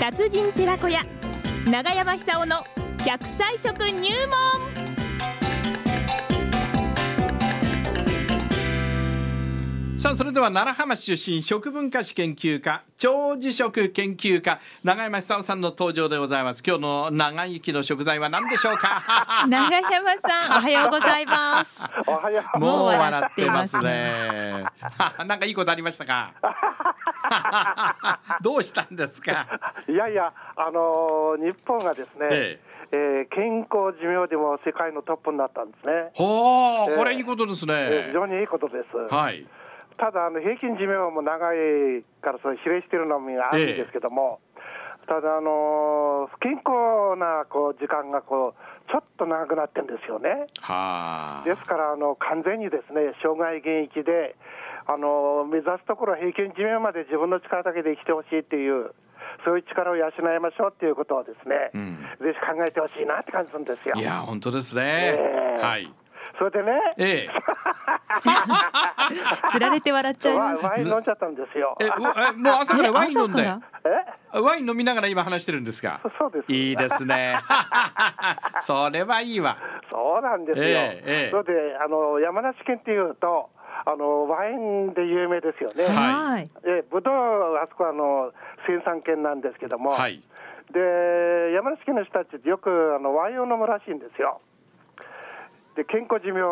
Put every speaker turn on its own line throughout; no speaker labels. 達人寺子屋長山久夫の百歳食入門
さあそれでは奈良浜市出身食文化史研究家長寿食研究家永山久夫さんの登場でございます今日の長生きの食材は何でしょう か
長山さ ん、おはようございます。
おはよう。
もう笑ってますね なんかいいことありましたか どうしたんですか、
いやいや、あのー日本がですね、
ええ
えー健康寿命でも世界のトップになったんですね。
ほ
え
う
え
これいいことです
えー
ね
非常にいいことです。
はい
ただあの平均寿命も長いからそれ比例してるのもあるんですけども、ただあのー不健康なこう時間がこうちょっと長くなってるんですよね。
はあ
ですからあの完全にですね障害現役であの目指すところ平均寿命まで自分の力だけで生きてほしいっていうそういう力を養いましょうっていうことをですね、
うん
ぜひ考えてほしいなって感じするんですよ
い。や本当ですね、
ええ
はい
それでね、
ええ
つられて笑っちゃい
ワ
ま
イ
す。
ワイン飲んじゃったんですよ。
えうえもう朝からワイン飲ん
え
で
朝か
え
ワイン飲みながら今話してるんですが
そそうです。
いいですね それはいいわ
そうなんですよ。
ええええ
それであの山梨県っていうとあのワインで有名ですよね。
はい
はい。
えぶどうあそこはあの生産県なんですけども。
はい
で山梨県の人たちってよくあのワインを飲むらしいんですよ。で健康寿命、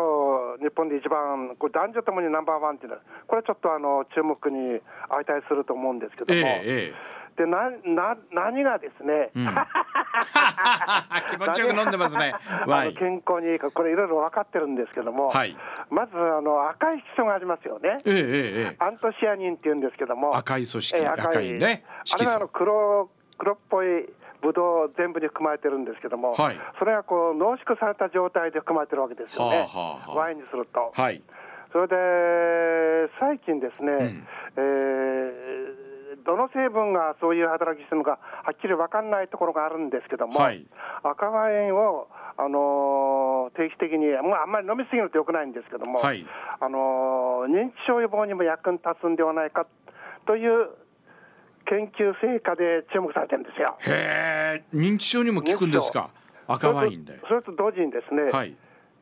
日本で一番、これ男女ともにナンバーワンっていうのは、これはちょっとあの注目に相対すると思うんですけど
ええ
も、
ええ
でなな何がですね、
うん気持ちよく飲んでますねワ
あ
イ
の
ン
健康にいいか、これ、いろいろ分かってるんですけども、
はい
まずあの赤い色素がありますよね、
ええええええ
アントシアニンっていうんですけども、
赤い組織、
ええ
赤いね
あれ
色
があの
素
黒黒っぽいブドウ全部に含まれてるんですけども、
はい
それがこう濃縮された状態で含まれてるわけですよ
はあ
ね、
はあはあ
ワインにすると。
はい
それで最近ですね、
ん
えーどの成分がそういう働きしてるのか、はっきり分かんないところがあるんですけども、
はい
赤ワインを、あのー定期的に、もうあんまり飲みすぎるとよくないんですけども、
はい
あのー認知症予防にも役に立つんではないかという研究成果で注目されてるんですよ。
へえ認知症にも効くんですか赤ワインで
それとそれと同時にですね、
はい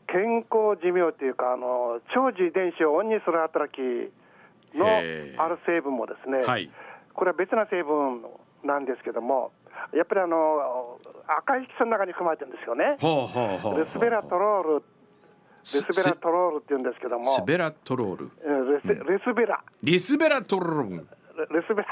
健康寿命というか、あの長寿遺伝子をオンにする働きの
へー
ある成分もですね、
はい
これは別な成分なんですけども、やっぱりあの赤い色素の中に含まれてるんですよね。
ほうほうほうほう
レスベラトロール、レ
す
スベラトロールって言うんですけども、
スベラトロール
うんレスレスベラ、
リスベラトロ ールよ
レレスベラ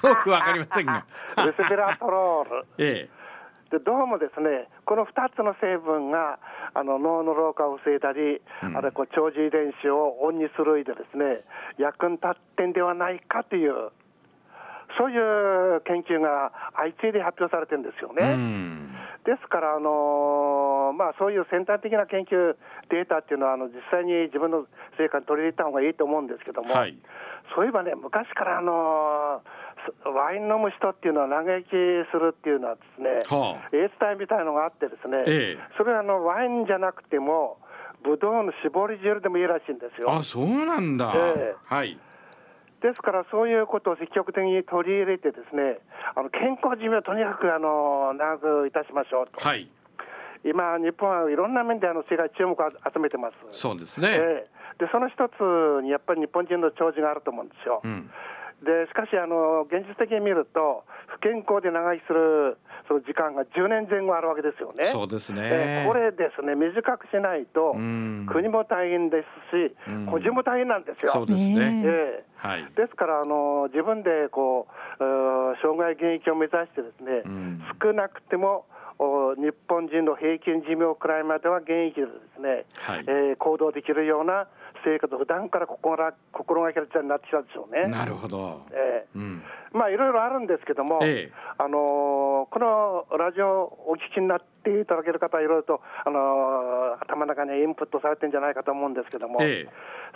トロ
くわかりませんが
ール、レスベラトロール。
ええ
でどうもですね、この2つの成分があの脳の老化を防いだり、あるいはこう長寿遺伝子をオンにする上でですね、役に立ってんではないかという、そういう研究が相次いで発表されてるんですよね。
うん
ですから、あのまあ、そういう先端的な研究データっていうのはあの実際に自分の成果に取り入れた方がいいと思うんですけども、
はい
そういえばね昔から、あのそワイン飲む人っていうのは長生きするっていうのはですね、
はあ
エース体みたいのがあってですね、
ええ
それはあのワインじゃなくてもブドウの搾り汁でもいいらしいんですよ
あ。そうなんだ、
ええ
はい
ですからそういうことを積極的に取り入れてですねあの健康寿命をとにかくあの長くいたしましょうと。
はい
今、日本はいろんな面であの世界注目を集めてます。
そうですね、
ええでその一つにやっぱり日本人の長寿があると思うんですよ。
うん
でしかしあの、現実的に見ると、不健康で長生きするその時間が10年前後あるわけですよね。
そうですね、
ええこれですね、短くしないと、
うん
国も大変ですし、
うん
個人も大変なんですよ。
そうですね
ね
ええ
はい
ですからあの、自分でこううー障害現役を目指して、ですね、
うん
少なくてもお日本人の平均寿命くらいまでは現役でですね、
はい
えー行動できるような生活を普段から心が心がけるようになってきたんでしょうね。
なるほど、
ええ
うん、
まあ、いろいろあるんですけども、
ええ
あのーこのラジオをお聞きになっていただける方はいろいろと、あのー頭の中にインプットされてるんじゃないかと思うんですけども、
ええ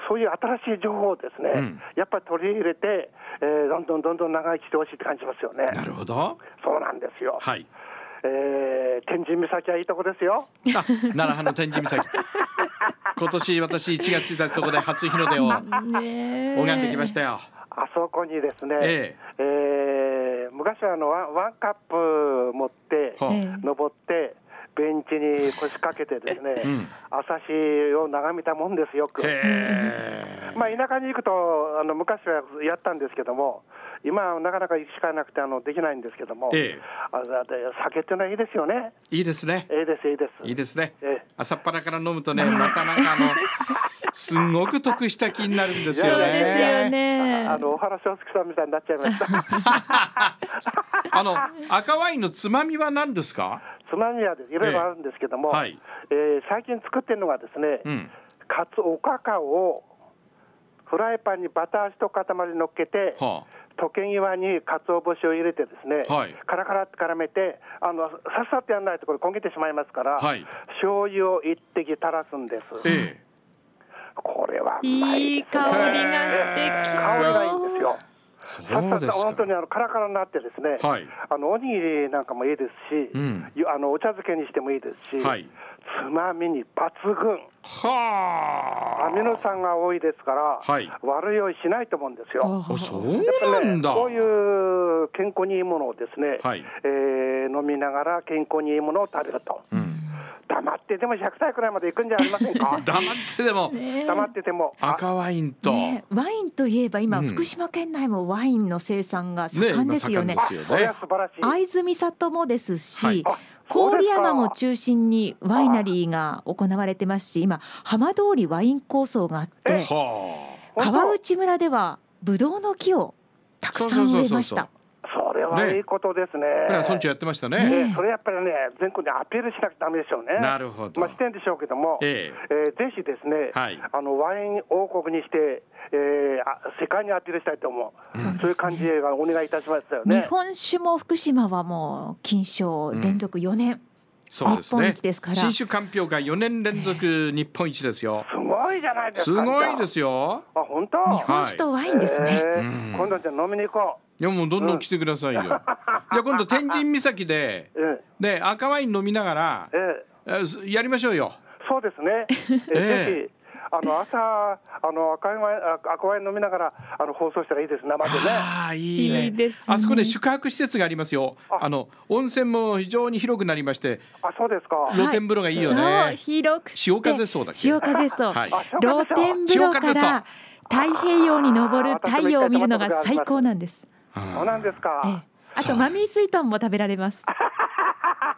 そういう新しい情報をですね、
うん
やっぱり取り入れて、えーどんどんどんどん長生きしてほしいって感じますよね。
なるほど
そうなんですよ。
はい
えー天神岬はいいとこですよ。
あ奈良浜の天神岬今年私1月1日そこで初日の出を
ねえ
拝んできましたよ
あそこにですね、
え
えー昔昔はあのワンワンカップ持って、
はあ
ええ
登って、ベンチに腰掛けてですね、
うん
朝日を眺めたもんですよく。
へ
まあ、田舎に行くとあの昔はやったんですけども今はなかなか行くしかなくてあのできないんですけども、
ええ
あだって酒っていうのはいいですよね
えいいですね
ええですええです
いいですね
ええ
朝っぱらから飲むとねまたなんかあのすんごく得した気になるんですよ
そう
ね
ですよね。
あの小原庄介さんみたいになっちゃいま した
あの赤ワインのつまみは何ですか
つまみはですいろいろあるんですけども、
ええはい
ええ最近作ってるのがですね、
うん
かつおかかをフライパンにバター一塊乗っけて、
は
溶け際に鰹節を入れてですね、
はい
カラカラって絡めてあのさっさってやらないとこれ焦げてしまいますから、
はい
醤油を一滴垂らすんです、
あえ
これはうま
い
い
い
ですね
香りがしてき
香りがいいん
そう
で。すよ
えそ
さっさ
う
っ
です
と本当に
か
あのカラカラになってですね、
はい
あのおにぎりなんかもいいですし、
うん
ゆあのお茶漬けにしてもいいですし、
はい
つまみに抜群アミ
は
ノ酸が多いですから、
はい
悪酔いしないと思うんですよ。
ああそ
そう
やっぱ
な
ね
んだ
こういう健康にいいものをですね、
はい
えー飲みながら健康にいいものを食べると、
うん、
黙ってでも100歳くらいまで行くんじゃありませんか
黙ってでも
黙ってても、あ
赤ワインと
ね
ね、
ワインといえば今、
うん
福島県内もワインの生産が盛ん
今
ですよ
盛ん
ね
で。すよ
これ
ね
は素晴らしい。
会津美里もですし、
はい
あ
郡山も
そうですか
中心にワイナリーが行われてますし今浜通りワイン構想があって
は
本当
川内村ではブドウの木をたくさん植えました
それはいいことですね。
あこれは村長やってました
ね
ね
えーそれやっぱりね、全国にアピールしなくてダメでしょうね。
なるほど
まあ、してんでしょうけども、
え
えーぜひですね、
はい
あのワイン王国にして、えーあ世界にアピールしたいと思
う
う、
ん
そういう感じでお願いいたしましたよ
日
ね。
本酒も福島はもう金賞連続4年、
そうですね
日本一ですから
新酒鑑評会4年連続日本一ですよ
すごいじゃないです
す
か。
ごいですよ
あ、本当。
日本酒とワインですね、
え
うん
ー今度じゃあ飲みに行こ
いやもうどんどん来てくださいよいや今度天神岬で
う。うん、
ね赤ワイン飲みながら
えー
えすやりましょうよ
そうですね。 えー
ええ
ぜひあの朝あの赤ワインあ赤ワイン飲みながらあの放送したらいいです生でね。
ああいいね
いいですね
あそこで宿泊施設がありますよ
あ
あの温泉も非常に広くなりまして
あ、そうですか。
い
露天風呂がいいよね、
そう広くて
潮風そうだっけ
潮風荘、
はい
あそう
露
かそう
天風呂か
潮風荘
ら太平洋に昇る太陽を見るのが最高なんです、
そうなんです
え
か
え。あとマミー水豚も食べられ ます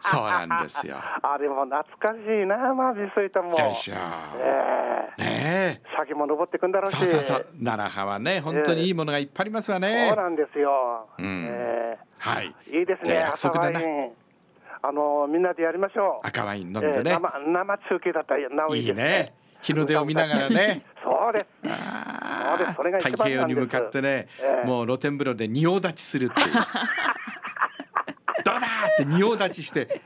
そうなんですよ
あれも懐かしいな、マジそういったもん。
でしょ
ええ
ねえ
先も登ってくんだろうし。
そうそうそう奈良派はね本当にいいものがいっぱいありますわ
そ
ね
うなんですよ。
うん
え
はい
えいいです
じ
ね。
ゃあ約束だな
赤ワインあのみんなでやりましょう。
赤ワイン飲ん
え
で
え
ね
生生中継だったらなおいい
いい
です
ね
ね。
日の出を見ながらね
そうです。
あ
そうですそれが
ー
一番なんで
太
す
平洋に向かってね、
ええ
もう露天風呂で仁王立ちするっ ていうドラーって仁王立ちして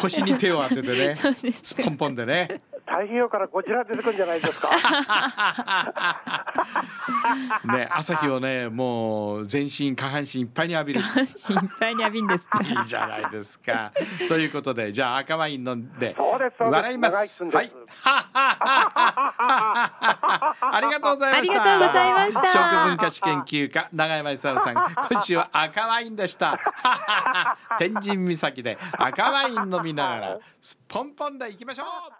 腰に手を当てて ね
そうです
スポンポンでね
太平洋からゴジラ出てくるんじゃないですか。
ね朝日をねもう全身下半身いっぱいに浴びる
心配に浴びんですね
いいじゃないです か。ということで、じゃあ赤ワイン飲んで
そうですそうです
笑います。
長
はいい
すんで。
ありがとうございました。
ありがとうございました
食文化史研究家永山勲さん、今週は赤ワインでした。 天神岬で赤ワイン飲みながらスポンポンで行きましょう。